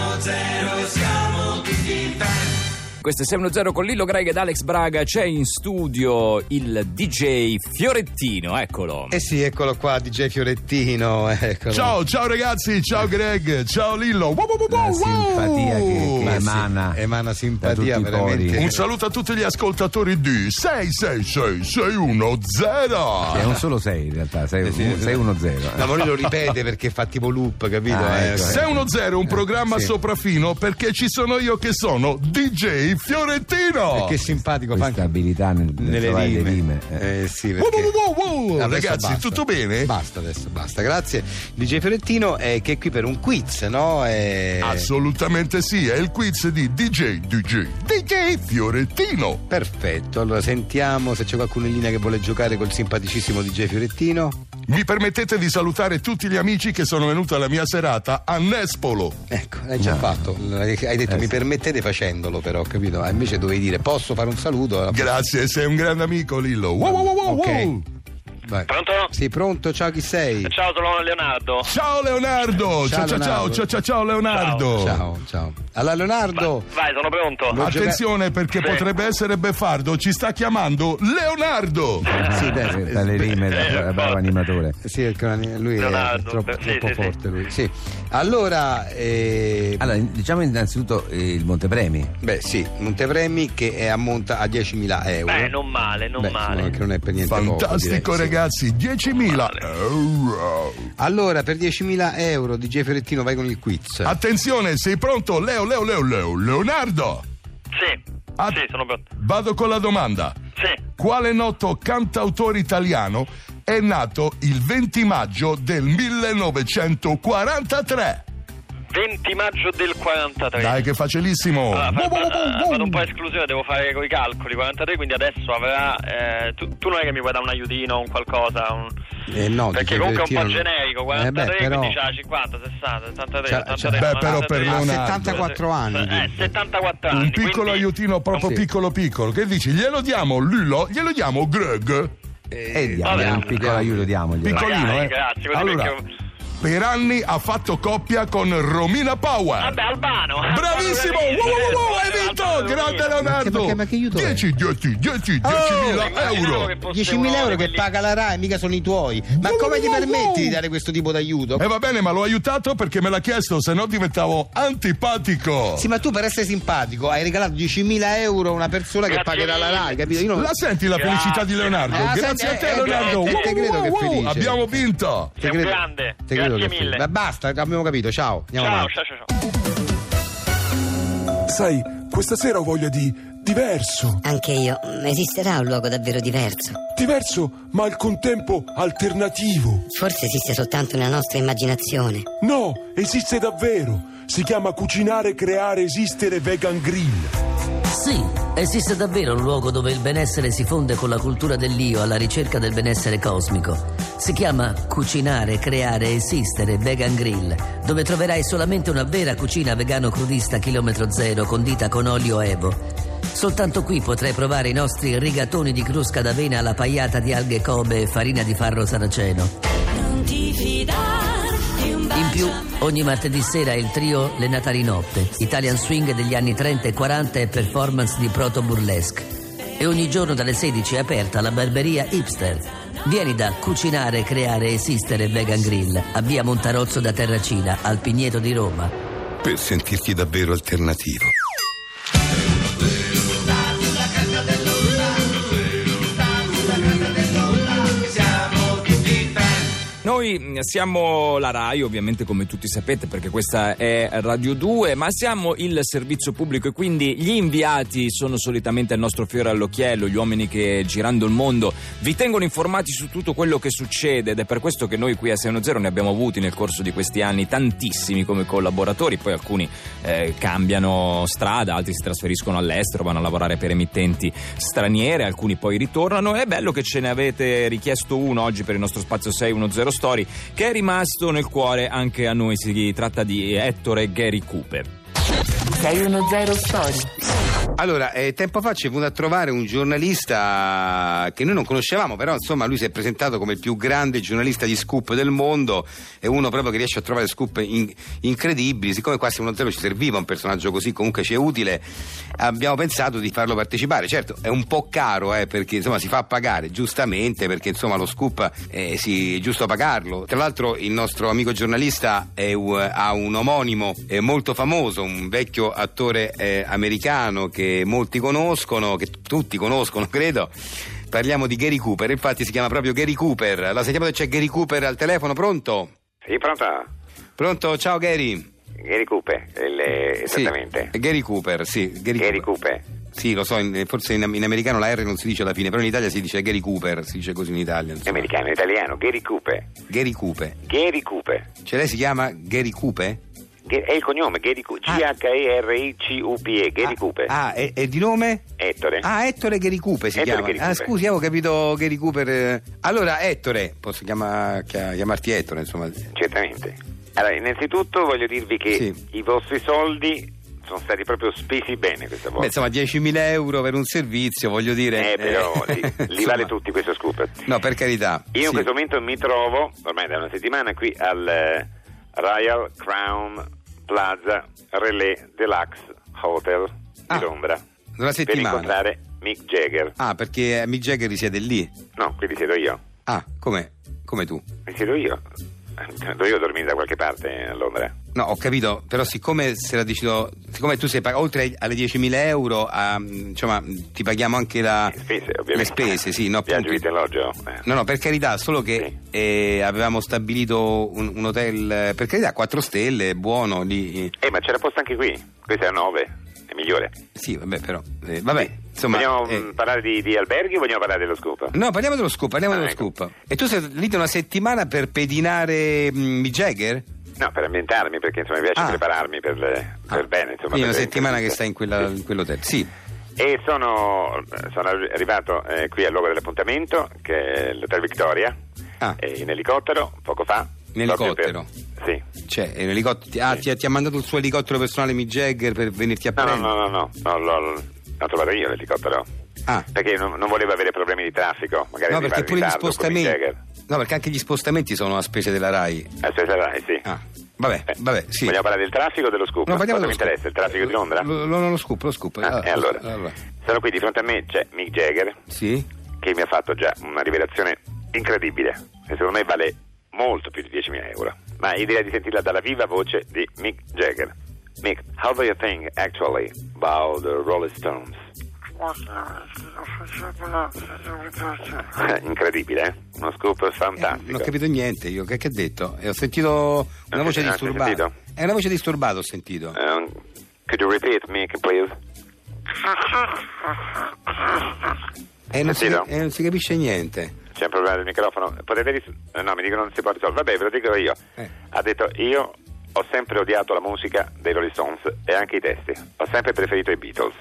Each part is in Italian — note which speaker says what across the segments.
Speaker 1: 1-0 siamo tutti fan.
Speaker 2: Questo è 610 con Lillo Greg ed Alex Braga. C'è in studio il DJ Fiorettino, eccolo.
Speaker 3: Eh sì, eccolo qua, DJ Fiorettino. Eccolo.
Speaker 4: Ciao, ciao ragazzi, ciao Greg, ciao Lillo. Wow, wow, wow,
Speaker 3: La
Speaker 4: wow.
Speaker 3: simpatia che, che
Speaker 5: Ma sì,
Speaker 3: emana, Eh emana
Speaker 5: da
Speaker 3: simpatia
Speaker 5: tutti i pori.
Speaker 3: veramente.
Speaker 4: Un saluto a tutti gli ascoltatori di 666610.
Speaker 5: Cioè, non solo 6 in realtà,
Speaker 3: Eh,
Speaker 5: 6 1 0.
Speaker 3: No, ma lui lo ripete perché fa tipo loop, capito?
Speaker 5: Ah,
Speaker 3: Eh,
Speaker 5: ecco,
Speaker 3: sì.
Speaker 4: 610 un programma
Speaker 3: sì.
Speaker 4: sopraffino perché ci sono io che sono DJ Fiorentino.
Speaker 3: Che simpatico fa
Speaker 5: Questa
Speaker 3: anche
Speaker 5: abilità nel, nel
Speaker 3: nelle
Speaker 5: trovare
Speaker 3: rime.
Speaker 5: le rime. eh.
Speaker 3: Eh, sì,
Speaker 4: Wow,
Speaker 3: perché...
Speaker 4: wow, wow, wow.
Speaker 3: Adesso
Speaker 4: Ragazzi,
Speaker 3: basta.
Speaker 4: tutto bene?
Speaker 3: Basta adesso, basta. Grazie. DJ Fiorettino eh, che è qui per un quiz, no? Eh,
Speaker 4: Assolutamente sì, è il quiz di DJ DJ DJ Fiorentino.
Speaker 3: Perfetto, allora sentiamo se c'è qualcuno in linea che vuole giocare col simpaticissimo DJ Fiorettino.
Speaker 4: Mi permettete di salutare tutti gli amici che sono venuti alla mia serata a Nespolo.
Speaker 3: Ecco, l'hai già fatto. Hai detto mi permettete facendolo però, capito? Ah, Invece dovevi dire posso fare un saluto? Allora,
Speaker 4: Grazie, sei un grande amico Lillo. Wow, wow, wow, wow,
Speaker 3: Ok.
Speaker 4: wow.
Speaker 3: vai.
Speaker 6: Pronto?
Speaker 3: Sei pronto? Ciao, chi sei?
Speaker 6: Ciao, sono Leonardo.
Speaker 4: Ciao Leonardo! Ciao
Speaker 3: Ciao,
Speaker 4: ciao ciao
Speaker 3: Leonardo.
Speaker 4: ciao ciao, ciao, Leonardo!
Speaker 3: Oh. Ciao, ciao. Allora
Speaker 6: Vai,
Speaker 3: Leonardo,
Speaker 6: vai, sono pronto.
Speaker 3: Lo- eh.
Speaker 4: Attenzione perché
Speaker 6: Sì.
Speaker 4: potrebbe essere beffardo, ci sta chiamando Leonardo!
Speaker 3: sì, dai,
Speaker 5: Eh, Tra le rime, da, da bravo animatore.
Speaker 3: Ah, Sì, è il crani- lui è
Speaker 6: Leonardo,
Speaker 3: troppo,
Speaker 6: sì,
Speaker 3: troppo
Speaker 6: sì, sì.
Speaker 3: forte lui. Sì. Allora, eh,
Speaker 5: Allora, in- diciamo innanzitutto eh, il Montepremi.
Speaker 3: beh sì, Montevremi che è ammonta a 10.000 euro.
Speaker 6: Beh, Eh, non male, non
Speaker 3: Beh, insomma,
Speaker 6: male.
Speaker 3: che non è per niente poco,
Speaker 4: Fantastico
Speaker 3: direi, sì.
Speaker 4: ragazzi, 10.000 euro!
Speaker 3: Allora, per 10.000 euro DJ Ferrettino vai con il quiz.
Speaker 4: Ah, Attenzione, sei pronto? Leo, Leo, Leo, Leo, Leonardo!
Speaker 6: Sì,
Speaker 4: Ah.
Speaker 6: sì, sono pronto.
Speaker 4: Vado con la domanda.
Speaker 6: Sì.
Speaker 4: Quale noto cantautore italiano è nato il 20 maggio del 1943?
Speaker 6: 20 maggio del 43.
Speaker 4: Dai che facilissimo!
Speaker 6: Allora, fa-
Speaker 4: Wow, wow, wow,
Speaker 6: fa-
Speaker 4: wow.
Speaker 6: vado un po' a esclusione, devo fare coi calcoli. 43, quindi adesso avrà. eh, tu, tu non è che mi puoi dare un aiutino, un qualcosa. un-
Speaker 3: Eh, no,
Speaker 6: Perché
Speaker 3: dice
Speaker 6: comunque è un
Speaker 3: Berrettino
Speaker 6: po'
Speaker 3: no.
Speaker 6: generico.
Speaker 3: Eh, beh,
Speaker 6: 43,
Speaker 3: però-
Speaker 6: quindi c'ha 50, 60, 73,
Speaker 5: Cioè,
Speaker 3: C'ha-
Speaker 6: 83.
Speaker 4: c'ha- Eh, cioè, Beh, però per
Speaker 6: 93.
Speaker 3: Ha
Speaker 4: Leonardo.
Speaker 3: 74 anni.
Speaker 6: Eh,
Speaker 3: quindi.
Speaker 6: 74 anni.
Speaker 4: Un piccolo
Speaker 6: quindi-
Speaker 4: aiutino proprio
Speaker 3: Sì.
Speaker 4: piccolo piccolo. Che dici? Glielo diamo Lillo? Glielo diamo Greg?
Speaker 3: eh,
Speaker 5: E diamo,
Speaker 6: eh, vabbè,
Speaker 5: un piccolo
Speaker 3: vabbè.
Speaker 5: aiuto diamoglielo.
Speaker 4: Piccolo-
Speaker 6: Magari,
Speaker 4: piccolino, eh.
Speaker 6: Grazie, così
Speaker 4: Allora.
Speaker 6: perché-
Speaker 4: Per anni ha fatto coppia con Romina Power.
Speaker 6: Vabbè, Albano.
Speaker 4: Bravissimo! Wow, wow, wow, hai vinto! Grande
Speaker 3: Ma che- ma
Speaker 4: Leonardo!
Speaker 3: che- ma che aiuto è?
Speaker 4: 10, 10, 10,
Speaker 6: Oh,
Speaker 4: 10.000 euro!
Speaker 3: 10.000 euro che paga la RAI, mica sono i tuoi. Ma
Speaker 4: Wow,
Speaker 3: come ti
Speaker 4: wow, wow.
Speaker 3: permetti di dare questo tipo d'aiuto?
Speaker 4: E Eh, va bene, ma l'ho aiutato perché me l'ha chiesto, se no diventavo antipatico.
Speaker 3: Sì, ma tu per essere simpatico hai regalato 10.000 euro a una persona che
Speaker 6: Grazie
Speaker 3: pagherà la
Speaker 6: mille.
Speaker 3: RAI, capito? Io non...
Speaker 4: La senti la felicità di Leonardo?
Speaker 3: Ah,
Speaker 4: Grazie
Speaker 3: senti,
Speaker 4: a te,
Speaker 3: eh,
Speaker 4: Leonardo!
Speaker 3: eh,
Speaker 4: Wow,
Speaker 3: te credo
Speaker 4: wow,
Speaker 3: che
Speaker 4: wow.
Speaker 3: felice.
Speaker 4: Abbiamo vinto!
Speaker 3: Te
Speaker 6: Sei un grande.
Speaker 3: te
Speaker 6: Grazie
Speaker 3: che è
Speaker 6: mille.
Speaker 3: felice. Ma basta, abbiamo capito, ciao. Andiamo
Speaker 6: Ciao,
Speaker 3: avanti.
Speaker 6: ciao, ciao. ciao.
Speaker 7: Sai, questa sera ho voglia di diverso.
Speaker 8: Anche io, esisterà un luogo davvero diverso.
Speaker 7: Diverso, ma al contempo alternativo.
Speaker 8: Forse esiste soltanto una nostra immaginazione.
Speaker 7: No, esiste davvero. Si chiama cucinare, creare, esistere vegan grill.
Speaker 9: Sì, esiste davvero un luogo dove il benessere si fonde con la cultura dell'io alla ricerca del benessere cosmico. Si chiama Cucinare, Creare, Esistere Vegan Grill, dove troverai solamente una vera cucina vegano crudista chilometro zero condita con olio evo. Soltanto qui potrai provare i nostri rigatoni di crusca d'avena alla pagliata di alghe Kobe e farina di farro saraceno.
Speaker 10: Non ti fidare di un
Speaker 9: In più, ogni martedì sera il trio Le Natali Notte, Italian Swing degli anni 30 e 40 e performance di proto burlesque. E ogni giorno dalle 16 è aperta la barberia Hipster. Vieni da Cucinare, Creare, Esistere Vegan Grill a via Montarozzo da Terracina, al Pigneto di Roma.
Speaker 11: per sentirti davvero alternativo.
Speaker 2: Noi mh, siamo la RAI, ovviamente come tutti sapete perché questa è Radio 2, ma siamo il servizio pubblico e quindi gli inviati sono solitamente il nostro fiore all'occhiello, gli uomini che girando il mondo vi tengono informati su tutto quello che succede ed è per questo che noi qui a 610 ne abbiamo avuti nel corso di questi anni tantissimi come collaboratori, poi alcuni eh, cambiano strada, altri si trasferiscono all'estero, vanno a lavorare per emittenti straniere, alcuni poi ritornano. È bello che ce ne avete richiesto uno oggi per il nostro spazio 610 Story, che è rimasto nel cuore anche a noi. Si tratta di Ettore Gheri Cupe.
Speaker 10: 610 Story
Speaker 3: Allora, eh, tempo fa ci è venuto a trovare un giornalista che noi non conoscevamo, però insomma lui si è presentato come il più grande giornalista di scoop del mondo, è uno proprio che riesce a trovare scoop in- incredibili, siccome quasi uno zero ci serviva un personaggio così, comunque ci è utile, abbiamo pensato di farlo partecipare, certo è un po' caro eh, perché insomma si fa pagare, giustamente perché insomma lo scoop eh, sì, è giusto pagarlo, tra l'altro il nostro amico giornalista è u- ha un omonimo eh, molto famoso, un vecchio attore eh, americano che molti conoscono, che t- tutti conoscono credo. Parliamo di Gary Cooper, infatti si chiama proprio Gary Cooper. La sentiamo se c'è Gary Cooper al telefono, pronto?
Speaker 12: Sì, pronto?
Speaker 3: Pronto, ciao Gary.
Speaker 12: Gary Cooper, il- eh, esattamente.
Speaker 3: Sì, Gary Cooper, sì. Gary,
Speaker 12: Gary
Speaker 3: Cooper.
Speaker 12: Cooper.
Speaker 3: Sì, lo so, in- forse in, in americano la R non si dice alla fine, però in Italia si dice Gary Cooper, si dice così in Italia. Insomma.
Speaker 12: Americano, italiano, Gary Cooper.
Speaker 3: Gary Cooper.
Speaker 12: Gary Cooper.
Speaker 3: Cioè lei si chiama Gary Cooper?
Speaker 12: Ga- È il cognome, Gary Cooper. G-H-E-R-I-C-U-P-E, Gary Cooper.
Speaker 3: Ah, e, e di nome?
Speaker 12: Ettore.
Speaker 3: Ah, Ettore Gary Cooper si
Speaker 12: Ettore
Speaker 3: chiama.
Speaker 12: Gary
Speaker 3: ah,
Speaker 12: Cooper.
Speaker 3: scusi, avevo capito Gary Cooper. eh. Allora, Ettore, posso chiama- chia- chiamarti Ettore, insomma.
Speaker 12: Certamente. Allora, innanzitutto voglio dirvi che
Speaker 3: Sì.
Speaker 12: i vostri soldi sono stati proprio spesi bene questa volta.
Speaker 3: Beh, insomma, 10.000 euro per un servizio, voglio dire.
Speaker 12: eh, però
Speaker 3: eh,
Speaker 12: li, li
Speaker 3: insomma.
Speaker 12: vale tutti questo scoop.
Speaker 3: No, per carità.
Speaker 12: Io in
Speaker 3: sì.
Speaker 12: questo momento mi trovo, ormai da una settimana, qui al eh, Royal Crown Plaza Relais Deluxe Hotel
Speaker 3: Ah,
Speaker 12: di Londra
Speaker 3: Da una
Speaker 12: per
Speaker 3: settimana.
Speaker 12: incontrare Mick Jagger.
Speaker 3: Ah, perché eh, Mick Jagger risiede lì.
Speaker 12: No, qui risiedo io.
Speaker 3: Ah, come? Come tu?
Speaker 12: Risiedo io. Eh, Dovevo dormire da qualche parte eh, a Londra.
Speaker 3: No, ho capito, però siccome se la decido, siccome tu sei pag- oltre ai- alle 10.000 euro, a, insomma, ti paghiamo anche la-
Speaker 12: Le spese,
Speaker 3: le
Speaker 12: ovviamente.
Speaker 3: spese, sì, no,
Speaker 12: Viaggio,
Speaker 3: appunto.
Speaker 12: vitto, alloggio. eh.
Speaker 3: No, no, per carità, solo che eh, avevamo stabilito un, un hotel, eh, per carità, 4 stelle, buono, lì. eh,
Speaker 12: Eh, ma c'era posto anche qui. Questa è a 9, è migliore.
Speaker 3: Sì, vabbè, però. eh, vabbè, insomma.
Speaker 12: vogliamo
Speaker 3: eh,
Speaker 12: mh, parlare di, di alberghi o vogliamo parlare dello scoop?
Speaker 3: No, parliamo dello scoop, parliamo
Speaker 12: Ah,
Speaker 3: dello
Speaker 12: ecco.
Speaker 3: scoop. E tu sei lì da una settimana per pedinare mh, Mick Jagger?
Speaker 12: No, per ambientarmi, perché insomma mi piace
Speaker 3: Ah.
Speaker 12: prepararmi per, per
Speaker 3: Ah,
Speaker 12: bene.
Speaker 3: Quindi
Speaker 12: Insomma, per
Speaker 3: una
Speaker 12: le
Speaker 3: settimana che
Speaker 12: interviste.
Speaker 3: stai in, quella- in quell'hotel. Sì,
Speaker 12: E sono, sono arrivato eh, qui al luogo dell'appuntamento, che è l'Hotel Victoria,
Speaker 3: Ah.
Speaker 12: eh, in elicottero, poco fa.
Speaker 3: In
Speaker 12: proprio per-
Speaker 3: elicottero?
Speaker 12: Sì.
Speaker 3: cioè, è un elicottero. Ah, ti, ha- ti ha mandato il suo elicottero personale Mick Jagger per venirti a
Speaker 12: No, no,
Speaker 3: prendere?
Speaker 12: no, no, no, no, l'ho, l'ho trovato io l'elicottero.
Speaker 3: Ah,
Speaker 12: Perché non, non volevo avere problemi di traffico, magari
Speaker 3: no, perché
Speaker 12: arrivare in
Speaker 3: pure gli
Speaker 12: ritardo con Mick
Speaker 3: spostamenti.
Speaker 12: Jagger.
Speaker 3: No, perché anche gli spostamenti sono a spese della RAI.
Speaker 12: Aspetta, dai, sì.
Speaker 3: Ah, vabbè,
Speaker 12: Eh,
Speaker 3: vabbè, sì.
Speaker 12: Vogliamo parlare del traffico o dello scoop?
Speaker 3: No, parliamo
Speaker 12: Cosa
Speaker 3: dello
Speaker 12: mi
Speaker 3: scoop.
Speaker 12: interessa? Il traffico di Londra?
Speaker 3: Lo, lo, lo scoop, lo scoop. Eh,
Speaker 12: Ah, e allora? Sono qui di fronte a me c'è Mick Jagger
Speaker 3: Sì? Eh,
Speaker 12: che mi ha fatto già una rivelazione incredibile e secondo me vale molto più di 10.000 euro. Ma io direi di sentirla dalla viva voce di Mick Jagger. Mick, how do you think actually about the Rolling Stones? incredibile, eh? Uno scoop fantastico.
Speaker 3: Eh, Non ho capito niente io, che, che ha detto? E ho sentito una
Speaker 12: Non
Speaker 3: voce
Speaker 12: si- non si è
Speaker 3: disturbata.
Speaker 12: sentito?
Speaker 3: È una voce disturbata, ho sentito.
Speaker 12: Um, could you repeat, Mick, please?
Speaker 3: E Eh, non, si,
Speaker 12: sentito?
Speaker 3: e non si capisce niente.
Speaker 12: C'è un problema del microfono. Potete ris- eh, no, mi dicono non si può risolvere. Vabbè, ve lo dico io.
Speaker 3: Eh.
Speaker 12: Ha detto io ho sempre odiato la musica dei Rolling Stones e anche i testi. Ho sempre preferito i Beatles.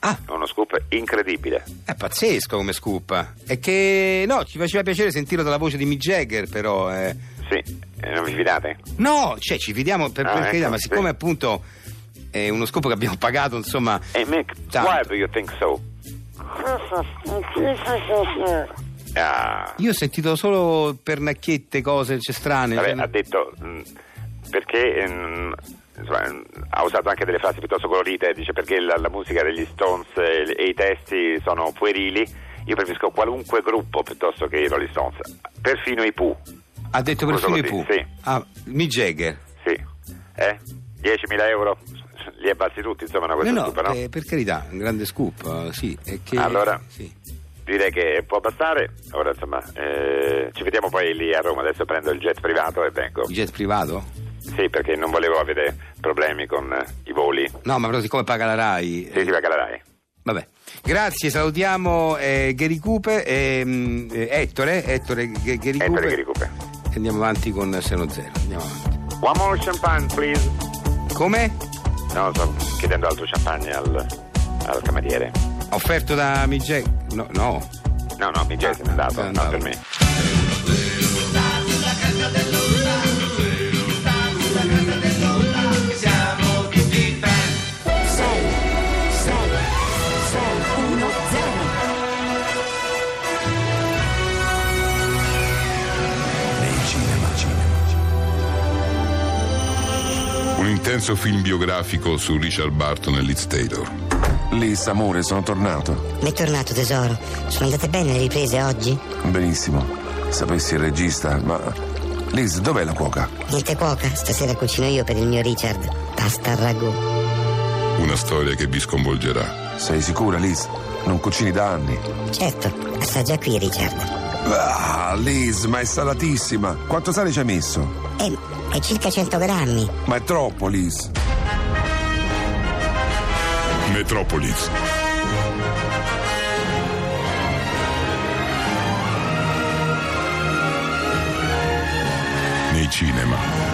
Speaker 3: Ah.
Speaker 12: È Uno scoop incredibile.
Speaker 3: È pazzesco come scoop. È che no, ci faceva piacere sentirlo dalla voce di Mick Jagger, però. eh.
Speaker 12: Sì, eh, non vi fidate?
Speaker 3: No, cioè ci fidiamo per,
Speaker 12: Ah,
Speaker 3: per
Speaker 12: ecco,
Speaker 3: carità, ma
Speaker 12: sì.
Speaker 3: siccome appunto è uno scoop che abbiamo pagato, insomma.
Speaker 12: Hey Mick,
Speaker 3: Tanto.
Speaker 12: why do you think so? Ah.
Speaker 3: Io ho sentito solo pernacchiette, cose cioè, strane.
Speaker 12: Vabbè,
Speaker 3: cioè-
Speaker 12: ha detto mh, perché mh, insomma, mh, ha usato anche delle frasi piuttosto colorite, dice perché la, la musica degli Stones eh, e i testi sono puerili. Io preferisco qualunque gruppo piuttosto che i Rolling Stones, perfino i Pooh.
Speaker 3: Ha detto
Speaker 12: Cosa
Speaker 3: perfino i
Speaker 12: vuol
Speaker 3: Pooh.
Speaker 12: dire? Sì.
Speaker 3: Ah, Mick Jagger.
Speaker 12: Sì, eh? 10.000 euro li abbassi tutti, insomma, una cosa
Speaker 3: No, no,
Speaker 12: stupa, no?
Speaker 3: eh, per carità, un grande scoop, eh, sì. è che-
Speaker 12: Allora?
Speaker 3: sì.
Speaker 12: Direi che può bastare. Ora, insomma, eh, ci vediamo poi lì a Roma. Adesso prendo il jet privato e vengo.
Speaker 3: Il jet privato?
Speaker 12: Sì, perché non volevo avere problemi con eh, i voli.
Speaker 3: No, ma però siccome paga la RAI...
Speaker 12: Sì,
Speaker 3: eh,
Speaker 12: sì, perché la Rai.
Speaker 3: vabbè. Grazie, salutiamo eh, Gary Cooper, ehm, eh, Ettore, Ettore, G- Gary
Speaker 12: Ettore
Speaker 3: Cooper.
Speaker 12: Gary Cooper.
Speaker 3: E andiamo avanti con Seno Zero. Andiamo avanti.
Speaker 12: One more champagne, please.
Speaker 3: Come?
Speaker 12: No, sto chiedendo altro champagne al, al cameriere.
Speaker 3: Offerto da Mick Jagger? No, no.
Speaker 12: No, no, mi già è
Speaker 3: è
Speaker 12: andato,
Speaker 3: andato.
Speaker 12: no, per me.
Speaker 1: Siamo tutti fan.
Speaker 10: sei, sei,
Speaker 4: terzo film biografico su Richard Barton e Liz Taylor. Liz, amore, sono tornato.
Speaker 8: M'è tornato tesoro. Sono andate bene le riprese oggi?
Speaker 13: Benissimo. Sapessi il regista, ma. Liz, dov'è la cuoca?
Speaker 8: Niente cuoca, stasera cucino io per il mio Richard. Pasta al ragù.
Speaker 4: Una storia che vi sconvolgerà. Sei sicura, Liz? Non cucini da anni.
Speaker 8: Certo, assaggia qui Richard.
Speaker 13: Ah, Liz, ma è salatissima. Quanto sale ci hai messo?
Speaker 8: Eh, è circa 100 grammi.
Speaker 13: Ma è troppo, Liz.
Speaker 4: Metropolis. Nei cinema.